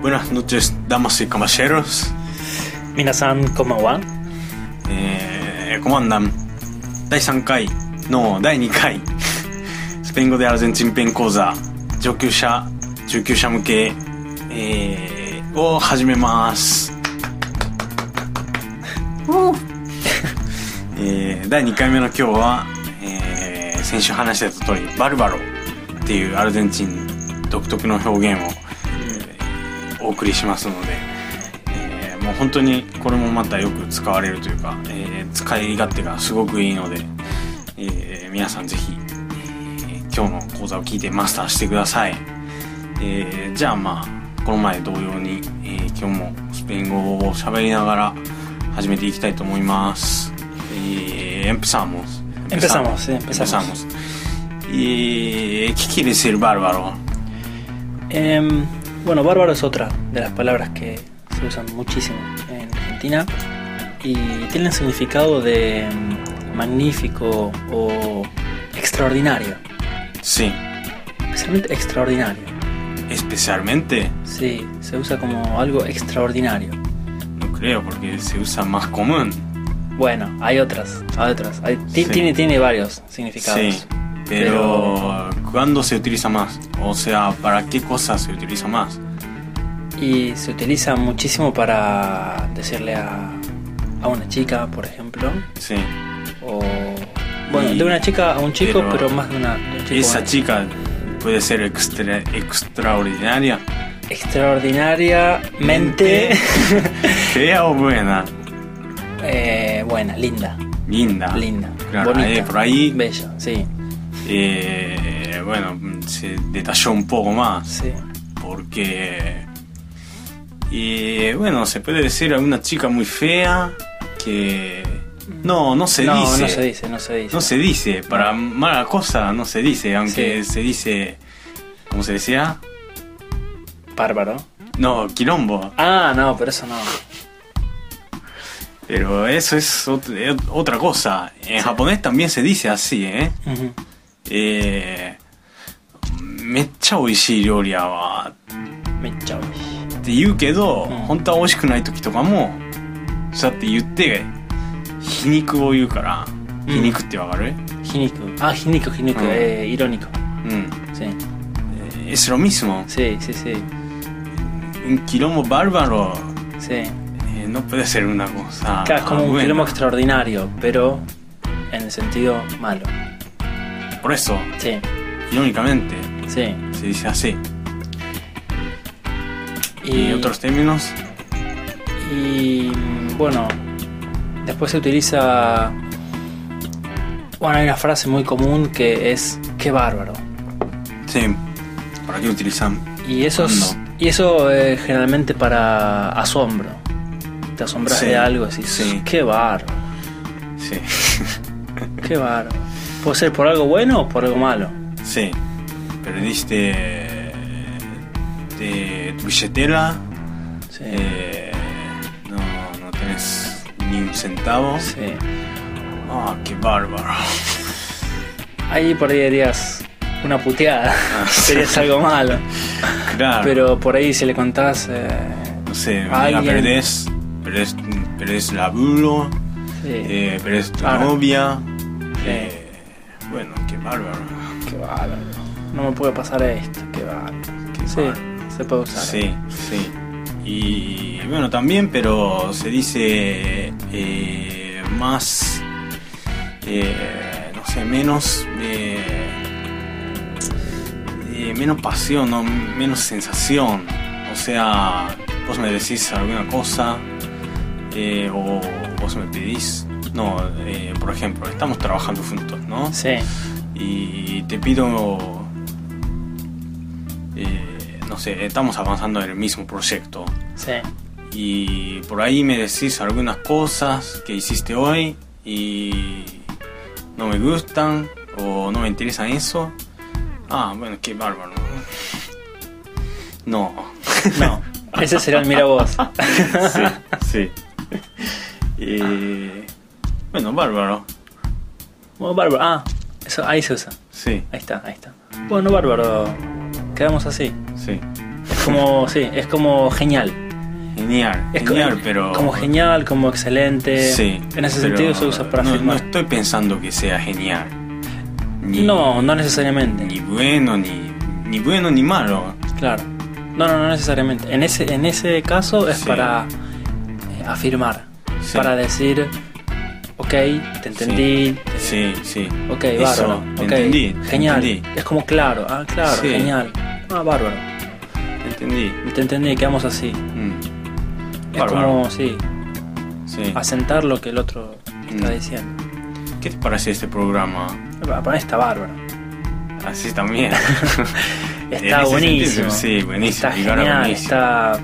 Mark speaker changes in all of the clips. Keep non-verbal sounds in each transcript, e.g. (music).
Speaker 1: Buenas noches, damas y caballeros.
Speaker 2: Minasan, ¿cómo van?
Speaker 1: えー、コマンダン第3回の第2回 (laughs) スペイン語でアルゼンチンペン講座上級者中級者向け、えー、を始め (laughs) ます、えー、第2回目の今日は、えー、先週話してた通りバルバロっていうアルゼンチン独特の表現を、えーお送りしますので、えーもう本当にこれもまたよく使われるというか、えー使い勝手がすごくいいので、えー皆さんぜひ、えー今日の講座を聞いてマスターしてください、えーじゃあまあこの前同様に、えー今日もスペイン語を喋りながら始めていきたいと思います、えー、empezamos
Speaker 2: Empezamos,
Speaker 1: empezamos
Speaker 2: sí, empezamos.
Speaker 1: Eh, ¿qué quiere decir bárbaro?
Speaker 2: Em, bueno, bárbaro es otra de las palabras que se usan muchísimo en Argentina y tiene el significado de em, magnífico o extraordinario,
Speaker 1: Sí,
Speaker 2: especialmente extraordinario.
Speaker 1: especialmente
Speaker 2: Sí, se usa como algo extraordinario.
Speaker 1: No creo, porque se usa más común.
Speaker 2: Bueno, hay otras, hay otras. hay- ti-
Speaker 1: Sí.
Speaker 2: tiene, tiene varios significados.
Speaker 1: Sí, pero ¿cuándo se utiliza más? O sea, ¿para qué cosas se utiliza más?
Speaker 2: Y se utiliza muchísimo para decirle a, a una chica, por ejemplo,
Speaker 1: Sí,
Speaker 2: o... Bueno,
Speaker 1: Y-
Speaker 2: de una chica a un chico,
Speaker 1: pero-
Speaker 2: pero, más de una... de un chico a
Speaker 1: esa
Speaker 2: una
Speaker 1: chica puede ser extra- extraordinaria,
Speaker 2: chica. Extraordinariamente...
Speaker 1: fea o Oh, buena,
Speaker 2: (laughs) eh, buena, linda,
Speaker 1: linda.
Speaker 2: linda,
Speaker 1: Claro,
Speaker 2: bonita,
Speaker 1: ahí- por ahí,
Speaker 2: bella, sí,
Speaker 1: eh, bueno, se detalló un poco más.
Speaker 2: sí.
Speaker 1: porque y bueno se puede decir a una chica muy fea que no no se
Speaker 2: no,
Speaker 1: dice
Speaker 2: no se dice, no se dice.
Speaker 1: No se dice. para mala cosa no se dice aunque se dice cómo se decía
Speaker 2: Bárbaro.
Speaker 1: no quilombo
Speaker 2: Ah, no, pero eso no.
Speaker 1: pero eso es ot- eh, otra cosa en japonés también se dice así eh,
Speaker 2: Ujú.
Speaker 1: eh めっちゃ美味しい料理やわ
Speaker 2: Me chau.
Speaker 1: って言うけど、
Speaker 2: うん
Speaker 1: 本当は美味しくない時とかもそうやって言って皮肉を言うから、
Speaker 2: うん
Speaker 1: 皮肉ってわかる
Speaker 2: Hiniku. Ah, Hiniku, Hiniku,
Speaker 1: Mm.
Speaker 2: eh, irónico.
Speaker 1: うん。
Speaker 2: Sí,
Speaker 1: Es lo mismo.
Speaker 2: sí, sí, sí.
Speaker 1: Un quilombo bárbaro
Speaker 2: sí.
Speaker 1: eh, no puede ser una cosa. Ah,
Speaker 2: Claro, es como un
Speaker 1: buena.
Speaker 2: quilombo extraordinario, pero en el sentido malo.
Speaker 1: Por eso,
Speaker 2: Sí,
Speaker 1: irónicamente,
Speaker 2: sí.
Speaker 1: se dice así. Y, otros términos,
Speaker 2: y, bueno, después se utiliza. Bueno, hay una frase muy común que es qué bárbaro.
Speaker 1: sí. ¿Para qué utilizan?
Speaker 2: Y eso es-
Speaker 1: No.
Speaker 2: y eso es generalmente para asombro. Te asombras
Speaker 1: Sí,
Speaker 2: de algo y decís,
Speaker 1: sí.
Speaker 2: qué bárbaro,
Speaker 1: Sí. (laughs)
Speaker 2: qué bárbaro. Puede ser por algo bueno o por algo malo.
Speaker 1: sí. Perdiste. eh, de tu billetera.
Speaker 2: Sí.
Speaker 1: Eh, no, no tenés ni un centavo.
Speaker 2: sí.
Speaker 1: Ah, qué
Speaker 2: (laughs)
Speaker 1: bárbaro.
Speaker 2: Ahí por ahí dirías una puteada, (laughs) serías algo malo.
Speaker 1: Ah, Claro.
Speaker 2: Pero por ahí si le contás... eh,
Speaker 1: no sé, la
Speaker 2: alguien-
Speaker 1: perdés, perdés, perdés laburo,
Speaker 2: sí,
Speaker 1: eh, perdés tu
Speaker 2: Claro.
Speaker 1: novia. eh, bueno, qué bárbaro.
Speaker 2: qué bárbaro. No me puede pasar esto, qué bárbaro.
Speaker 1: Qué
Speaker 2: Sí,
Speaker 1: bárbaro.
Speaker 2: se puede usar.
Speaker 1: Sí, sí. Y bueno, también, pero se dice eh, más, eh, no sé, menos, eh, eh, menos pasión, ¿no? menos sensación. O sea, vos me decís alguna cosa eh, o vos me pedís. No, eh, por ejemplo, estamos trabajando juntos, ¿no?
Speaker 2: Sí,
Speaker 1: y te pido, eh, no sé, estamos avanzando en el mismo proyecto
Speaker 2: sí,
Speaker 1: y por ahí me decís algunas cosas que hiciste hoy y no me gustan o no me interesa eso. Ah, bueno, qué bárbaro. No.
Speaker 2: No, ese será el mira vos.
Speaker 1: (laughs) sí, sí. Eh, bueno, bárbaro.
Speaker 2: Bueno, bárbaro. Ah, eso, ahí se usa.
Speaker 1: Sí,
Speaker 2: Ahí está, ahí está. Bueno, bárbaro. Quedamos así.
Speaker 1: sí.
Speaker 2: Es como, sí, es como genial.
Speaker 1: Genial,
Speaker 2: Es co-
Speaker 1: genial, pero...
Speaker 2: Como genial, como excelente.
Speaker 1: Sí.
Speaker 2: Eh, En ese
Speaker 1: pero
Speaker 2: sentido se usa para
Speaker 1: no,
Speaker 2: afirmar.
Speaker 1: No estoy pensando que sea genial. Ni,
Speaker 2: No, no necesariamente.
Speaker 1: Ni bueno, ni, ni bueno, ni malo.
Speaker 2: Claro. No, no, no necesariamente. En ese, en ese caso es
Speaker 1: Sí.
Speaker 2: para eh, afirmar.
Speaker 1: Sí.
Speaker 2: Para decir, ok, te entendí. te-
Speaker 1: Sí, sí.
Speaker 2: Ok,
Speaker 1: Eso,
Speaker 2: bárbaro.
Speaker 1: te
Speaker 2: ok,
Speaker 1: entendí, te
Speaker 2: Genial.
Speaker 1: entendí.
Speaker 2: Es como claro. Ah, claro,
Speaker 1: Sí.
Speaker 2: genial. Ah, bárbaro.
Speaker 1: Entendí.
Speaker 2: Te entendí, quedamos así.
Speaker 1: Mm,
Speaker 2: Es
Speaker 1: Bárbaro.
Speaker 2: como, sí,
Speaker 1: sí.
Speaker 2: asentar lo que el otro está
Speaker 1: Mm.
Speaker 2: diciendo.
Speaker 1: ¿Qué te parece este programa?
Speaker 2: Ah, Para mí está bárbaro.
Speaker 1: Así
Speaker 2: (laughs)
Speaker 1: también. En
Speaker 2: Está
Speaker 1: ese
Speaker 2: buenísimo.
Speaker 1: sentido, sí, buenísimo.
Speaker 2: Está
Speaker 1: y ahora
Speaker 2: genial,
Speaker 1: buenísimo.
Speaker 2: está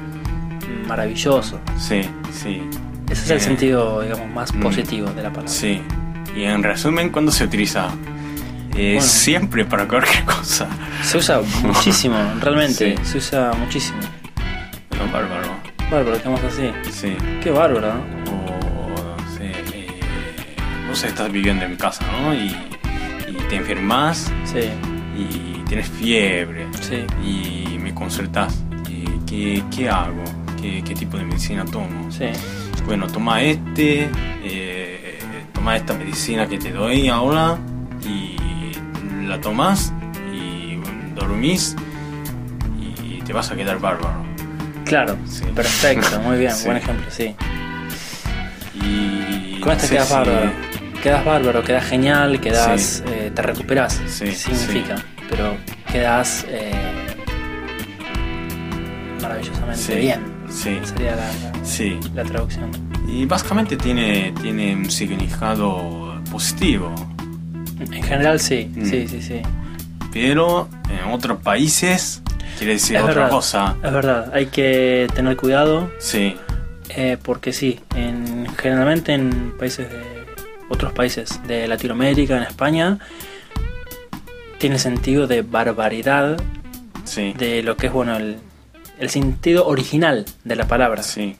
Speaker 2: maravilloso.
Speaker 1: Sí, sí,
Speaker 2: Ese es el
Speaker 1: Eh,
Speaker 2: sentido, digamos, más
Speaker 1: mm,
Speaker 2: positivo de la palabra.
Speaker 1: sí. Y en resumen, ¿cuándo se utiliza? Eh,
Speaker 2: Bueno.
Speaker 1: Siempre para cualquier (laughs) cosa.
Speaker 2: Se
Speaker 1: (laughs)
Speaker 2: usa muchísimo, realmente.
Speaker 1: Sí.
Speaker 2: Se usa muchísimo.
Speaker 1: Lo bárbaro.
Speaker 2: Bárbaro, quedamos así.
Speaker 1: Sí.
Speaker 2: Qué bárbaro, ¿no?
Speaker 1: O, no sé, eh, vos estás viviendo en casa, ¿no? Y, y te enfermas
Speaker 2: Sí,
Speaker 1: y tienes fiebre
Speaker 2: sí.
Speaker 1: y me consultas. eh, ¿qué, qué hago? ¿Qué, qué tipo de medicina tomo?
Speaker 2: Sí,
Speaker 1: Bueno, toma este, eh, toma esta medicina que te doy ahora y la tomas y mm, dormís y te vas a quedar bárbaro.
Speaker 2: claro,
Speaker 1: Sí.
Speaker 2: perfecto, muy bien,
Speaker 1: Sí.
Speaker 2: buen ejemplo, sí.
Speaker 1: Y
Speaker 2: Con este
Speaker 1: no sé
Speaker 2: quedas
Speaker 1: si-
Speaker 2: bárbaro, quedas bárbaro, quedas genial, quedas, eh, te recuperas,
Speaker 1: Sí,
Speaker 2: ¿qué
Speaker 1: sí.
Speaker 2: significa, pero quedas eh, maravillosamente
Speaker 1: Sí.
Speaker 2: bien,
Speaker 1: Sí,
Speaker 2: sería la, la-
Speaker 1: sí.
Speaker 2: la traducción.
Speaker 1: Y básicamente tiene, tiene un significado positivo,
Speaker 2: En general sí,
Speaker 1: Mm.
Speaker 2: sí, sí, sí,
Speaker 1: pero en otros países quiere decir
Speaker 2: Es
Speaker 1: otra
Speaker 2: verdad.
Speaker 1: cosa.
Speaker 2: es verdad, hay que tener cuidado
Speaker 1: Sí,
Speaker 2: eh, porque sí, en, generalmente en países de otros países de Latinoamérica, en España, tiene sentido de barbaridad
Speaker 1: sí,
Speaker 2: de lo que es bueno el, el sentido original de la palabra,
Speaker 1: sí,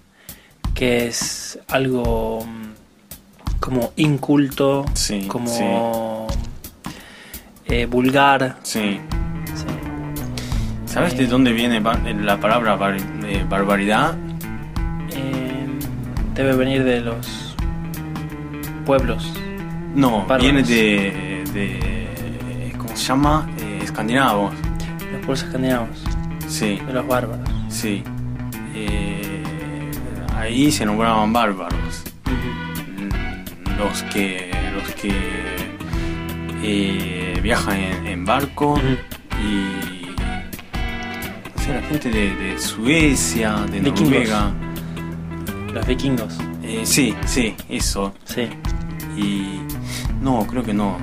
Speaker 2: que es algo mm, como inculto,
Speaker 1: sí,
Speaker 2: como eh, vulgar.
Speaker 1: sí.
Speaker 2: sí.
Speaker 1: ¿Sabes
Speaker 2: Eh,
Speaker 1: de dónde viene bar- la palabra bar- eh, barbaridad?
Speaker 2: eh, debe venir de los pueblos.
Speaker 1: No,
Speaker 2: Bárbaros.
Speaker 1: viene de, de- ¿Cómo se llama? Eh, escandinavos.
Speaker 2: de Los pueblos escandinavos,
Speaker 1: Sí,
Speaker 2: de los bárbaros.
Speaker 1: sí. Eh, ahí se nombraban bárbaros.
Speaker 2: Ujú.
Speaker 1: Mm, Los que. Los que. eh, viajan en, en barco
Speaker 2: Ujú.
Speaker 1: y. No sé, la gente de, de Suecia, de
Speaker 2: Vikingos.
Speaker 1: Noruega.
Speaker 2: Los vikingos,
Speaker 1: Eh, sí, sí, eso.
Speaker 2: sí.
Speaker 1: Y. No, creo que no.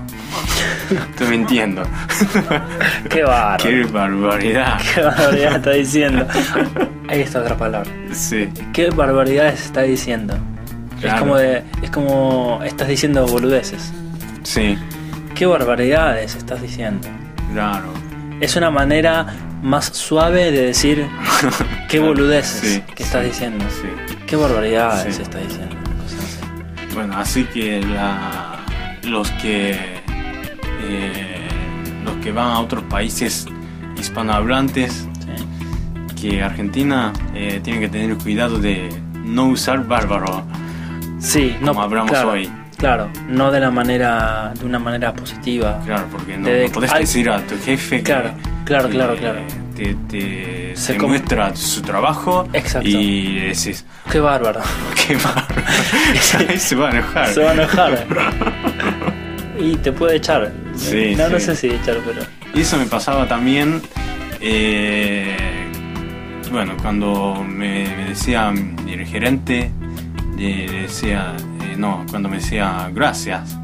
Speaker 1: Estoy
Speaker 2: (laughs)
Speaker 1: mintiendo.
Speaker 2: Qué bárbaro.
Speaker 1: ¡Qué barbaridad!
Speaker 2: Qué barbaridad está diciendo. Ahí está otra palabra.
Speaker 1: Sí,
Speaker 2: ¿Qué barbaridades está diciendo?
Speaker 1: Claro.
Speaker 2: Es como de, es como estás diciendo boludeces.
Speaker 1: sí,
Speaker 2: ¿Qué barbaridades estás diciendo?
Speaker 1: claro.
Speaker 2: Es una manera más suave de
Speaker 1: (laughs)
Speaker 2: decir qué boludeces
Speaker 1: Sí,
Speaker 2: que estás
Speaker 1: sí,
Speaker 2: diciendo.
Speaker 1: Sí.
Speaker 2: ¿Qué barbaridades
Speaker 1: Sí.
Speaker 2: estás diciendo? Cosas así.
Speaker 1: Bueno, así que la, los que eh, los que van a otros países hispanohablantes
Speaker 2: Sí.
Speaker 1: que Argentina eh, tienen que tener cuidado de no usar bárbaro
Speaker 2: Sí, no
Speaker 1: como hablamos
Speaker 2: claro,
Speaker 1: hoy.
Speaker 2: Claro, no de la manera de una manera positiva.
Speaker 1: Claro, porque no,
Speaker 2: De-
Speaker 1: no podés
Speaker 2: al-
Speaker 1: decir a tu jefe que,
Speaker 2: Claro, claro,
Speaker 1: que
Speaker 2: claro, claro.
Speaker 1: te, te-
Speaker 2: Se
Speaker 1: te
Speaker 2: com-
Speaker 1: muestra su trabajo
Speaker 2: Exacto.
Speaker 1: y le decís,
Speaker 2: Qué bárbaro.
Speaker 1: qué (laughs) bárbaro. Ahí se va a enojar.
Speaker 2: Se va
Speaker 1: (laughs)
Speaker 2: a enojar. y te puede echar.
Speaker 1: Sí,
Speaker 2: no, no
Speaker 1: sí.
Speaker 2: sé si echar, pero
Speaker 1: Y eso me pasaba también, eh, bueno, cuando me, me decía el gerente, le le decía, eh, no, cuando me decía gracias.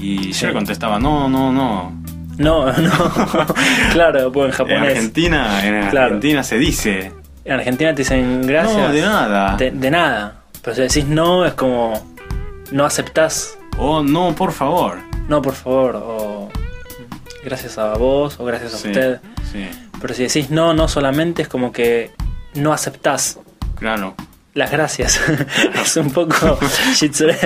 Speaker 1: Y
Speaker 2: Sí.
Speaker 1: yo le contestaba, no, no, no.
Speaker 2: No, (laughs) no.
Speaker 1: (laughs)
Speaker 2: claro, pues en
Speaker 1: En
Speaker 2: japonés.
Speaker 1: Argentina, en
Speaker 2: Claro.
Speaker 1: Argentina se dice,
Speaker 2: En Argentina te dicen gracias.
Speaker 1: no, de nada.
Speaker 2: De, de nada. Pero si decís no, es como. No aceptás.
Speaker 1: O Oh, no, por favor.
Speaker 2: No, por favor. O. Gracias a vos o gracias a
Speaker 1: Sí,
Speaker 2: usted.
Speaker 1: sí,
Speaker 2: Pero si decís no, no solamente es como que no aceptás
Speaker 1: claro.
Speaker 2: las gracias. (laughs) es
Speaker 1: (laughs)
Speaker 2: un poco shitsune.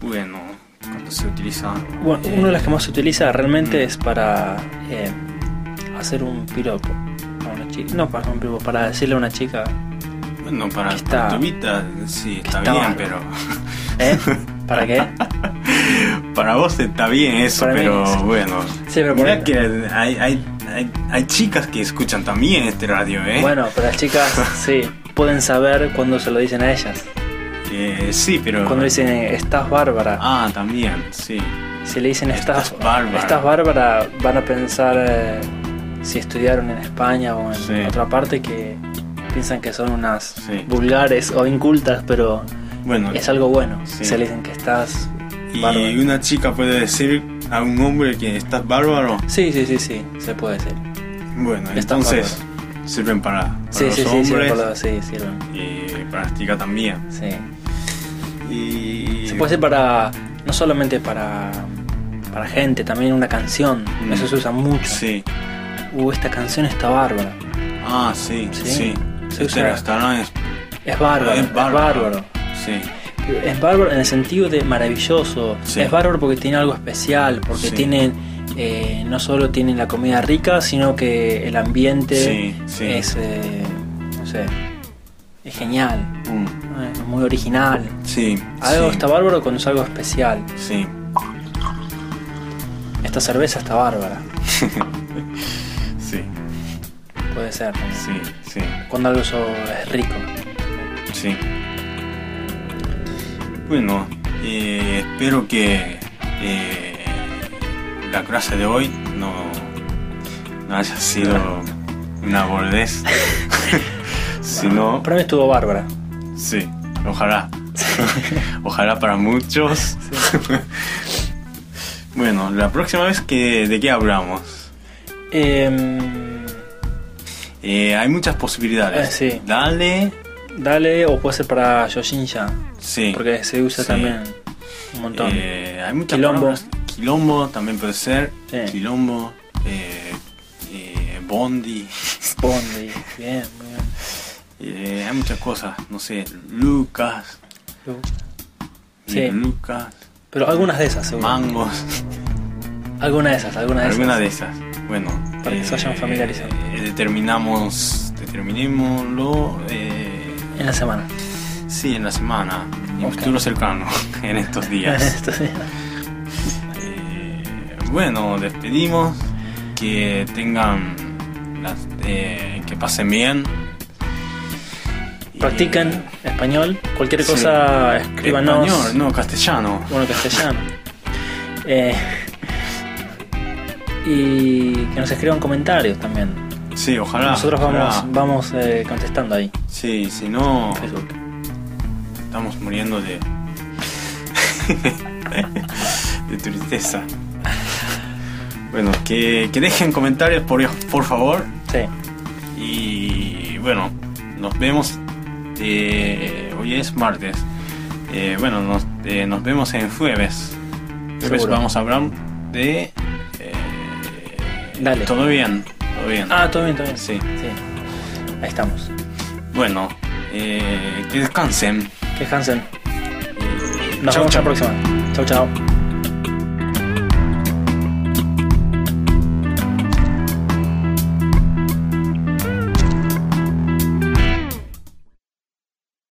Speaker 1: Bueno, cuando se utiliza... eh,
Speaker 2: Bueno, una de las que más se utiliza realmente
Speaker 1: Mm.
Speaker 2: es para eh, hacer un piropo a una chica. No, para un piropo, para decirle a una chica.
Speaker 1: Bueno, para
Speaker 2: Que está-
Speaker 1: tu vida sí
Speaker 2: que
Speaker 1: está,
Speaker 2: está
Speaker 1: bien,
Speaker 2: bárbaro.
Speaker 1: pero (laughs)
Speaker 2: ¿Eh? ¿Para qué?
Speaker 1: para vos está bien eso,
Speaker 2: Para mí
Speaker 1: pero
Speaker 2: sí.
Speaker 1: bueno.
Speaker 2: Sí, pero
Speaker 1: (laughs) Mirá
Speaker 2: por-
Speaker 1: que hay, hay, hay, hay chicas que escuchan también este radio, ¿eh?
Speaker 2: Bueno, pero
Speaker 1: (laughs)
Speaker 2: las chicas, sí, pueden saber cuando se lo dicen a ellas.
Speaker 1: Eh, sí, pero...
Speaker 2: Cuando dicen eh, estás bárbara.
Speaker 1: Ah, también, sí.
Speaker 2: Si le dicen estás,
Speaker 1: Estás bárbara".
Speaker 2: estás bárbara, van a pensar eh, si estudiaron en España o en
Speaker 1: Sí.
Speaker 2: otra parte que piensan que son unas
Speaker 1: Sí.
Speaker 2: vulgares o incultas, pero
Speaker 1: Bueno,
Speaker 2: es algo bueno.
Speaker 1: Sí.
Speaker 2: Se le dicen que estás.
Speaker 1: y
Speaker 2: bárbaro.
Speaker 1: una chica puede decir a un hombre que estás bárbaro.
Speaker 2: Sí, sí, sí, sí, se puede decir.
Speaker 1: Bueno,
Speaker 2: Estás
Speaker 1: entonces sirven para, para
Speaker 2: Sí,
Speaker 1: los
Speaker 2: sí, sí, sí,
Speaker 1: hombres
Speaker 2: recuerdo, sí, sirven.
Speaker 1: y para las chicas también.
Speaker 2: Sí.
Speaker 1: Y...
Speaker 2: Se puede hacer para. no solamente para. para gente, también una canción.
Speaker 1: Mm.
Speaker 2: Eso se usa mucho.
Speaker 1: Sí.
Speaker 2: Uh, esta canción está bárbara.
Speaker 1: Ah, sí,
Speaker 2: Sí.
Speaker 1: sí.
Speaker 2: Se
Speaker 1: Este
Speaker 2: usa-
Speaker 1: restaurante es...
Speaker 2: Es bárbaro,
Speaker 1: Es
Speaker 2: es bárbaro.
Speaker 1: bárbaro. Sí.
Speaker 2: Es bárbaro en el sentido de maravilloso.
Speaker 1: Sí.
Speaker 2: Es bárbaro porque tiene algo especial, porque
Speaker 1: Sí.
Speaker 2: tiene. eh, no solo tiene la comida rica, sino que el ambiente
Speaker 1: Sí, sí.
Speaker 2: es. eh, no sé. es genial.
Speaker 1: Mm,
Speaker 2: Es muy original.
Speaker 1: Sí.
Speaker 2: Algo
Speaker 1: sí,
Speaker 2: está bárbaro cuando es algo especial.
Speaker 1: Sí. (laughs)
Speaker 2: Esta cerveza está bárbara.
Speaker 1: Sí.
Speaker 2: Puede ser. ¿no?
Speaker 1: Sí. Sí.
Speaker 2: Cuando algo so- es rico.
Speaker 1: Sí. Bueno, eh, espero que eh, la clase de hoy no, no haya sido una bordez. (laughs) sino,
Speaker 2: Para mí estuvo bárbara.
Speaker 1: sí,
Speaker 2: (laughs)
Speaker 1: ojalá. ojalá para muchos. bueno, la próxima vez que de qué hablamos.
Speaker 2: Em,
Speaker 1: Eh, hay muchas posibilidades.
Speaker 2: Eh, sí.
Speaker 1: Dale.
Speaker 2: dale, o puede ser para Yoshinja.
Speaker 1: Sí.
Speaker 2: Porque se usa
Speaker 1: Sí.
Speaker 2: también un montón.
Speaker 1: Eh, hay muchas
Speaker 2: Quilombo.
Speaker 1: palabras. Quilombo también puede ser.
Speaker 2: Sí.
Speaker 1: Quilombo. eh, eh, bondi.
Speaker 2: Bondi, bien, muy bien.
Speaker 1: eh, hay muchas cosas. No sé. Lucas.
Speaker 2: Lu- Sí.
Speaker 1: eh, Lucas.
Speaker 2: Pero algunas de esas, seguro.
Speaker 1: Mangos.
Speaker 2: Alguna de esas, alguna de
Speaker 1: Alguna
Speaker 2: esas.
Speaker 1: de esas. Bueno.
Speaker 2: Para que se vayan familiarizando.
Speaker 1: eh, determinamos. Determinémoslo. eh,
Speaker 2: En la semana.
Speaker 1: sí, en la semana. En
Speaker 2: Ok.
Speaker 1: futuro cercano. (laughs) En estos
Speaker 2: (laughs)
Speaker 1: días.
Speaker 2: Estos días.
Speaker 1: Eh, bueno, despedimos. Que tengan. las- eh, que pasen bien.
Speaker 2: Practiquen
Speaker 1: Eh,
Speaker 2: español. Cualquier
Speaker 1: sí.
Speaker 2: cosa, escríbanos.
Speaker 1: eh, Español, no, castellano.
Speaker 2: Bueno, castellano. Eh, y que nos escriban comentarios también.
Speaker 1: Sí, ojalá.
Speaker 2: Nosotros
Speaker 1: ojalá.
Speaker 2: vamos, vamos eh, contestando ahí
Speaker 1: Sí, si no,
Speaker 2: en Facebook.
Speaker 1: estamos muriendo de. (laughs) de tristeza. Bueno, que, que dejen comentarios por, Dios, por favor.
Speaker 2: Sí.
Speaker 1: Y bueno, nos vemos. eh, hoy es martes. Eh, bueno, nos, eh, nos vemos en jueves. Jueves
Speaker 2: Seguro.
Speaker 1: vamos a hablar de. eh,
Speaker 2: Dale.
Speaker 1: Todo bien, todo bien.
Speaker 2: Ah, todo bien, todo bien.
Speaker 1: Sí.
Speaker 2: Ahí estamos.
Speaker 1: Bueno, eh, que descansen.
Speaker 2: Que Hansen. Nos
Speaker 1: Chau,
Speaker 2: vemos
Speaker 1: chau.
Speaker 2: la próxima. Chau, chau.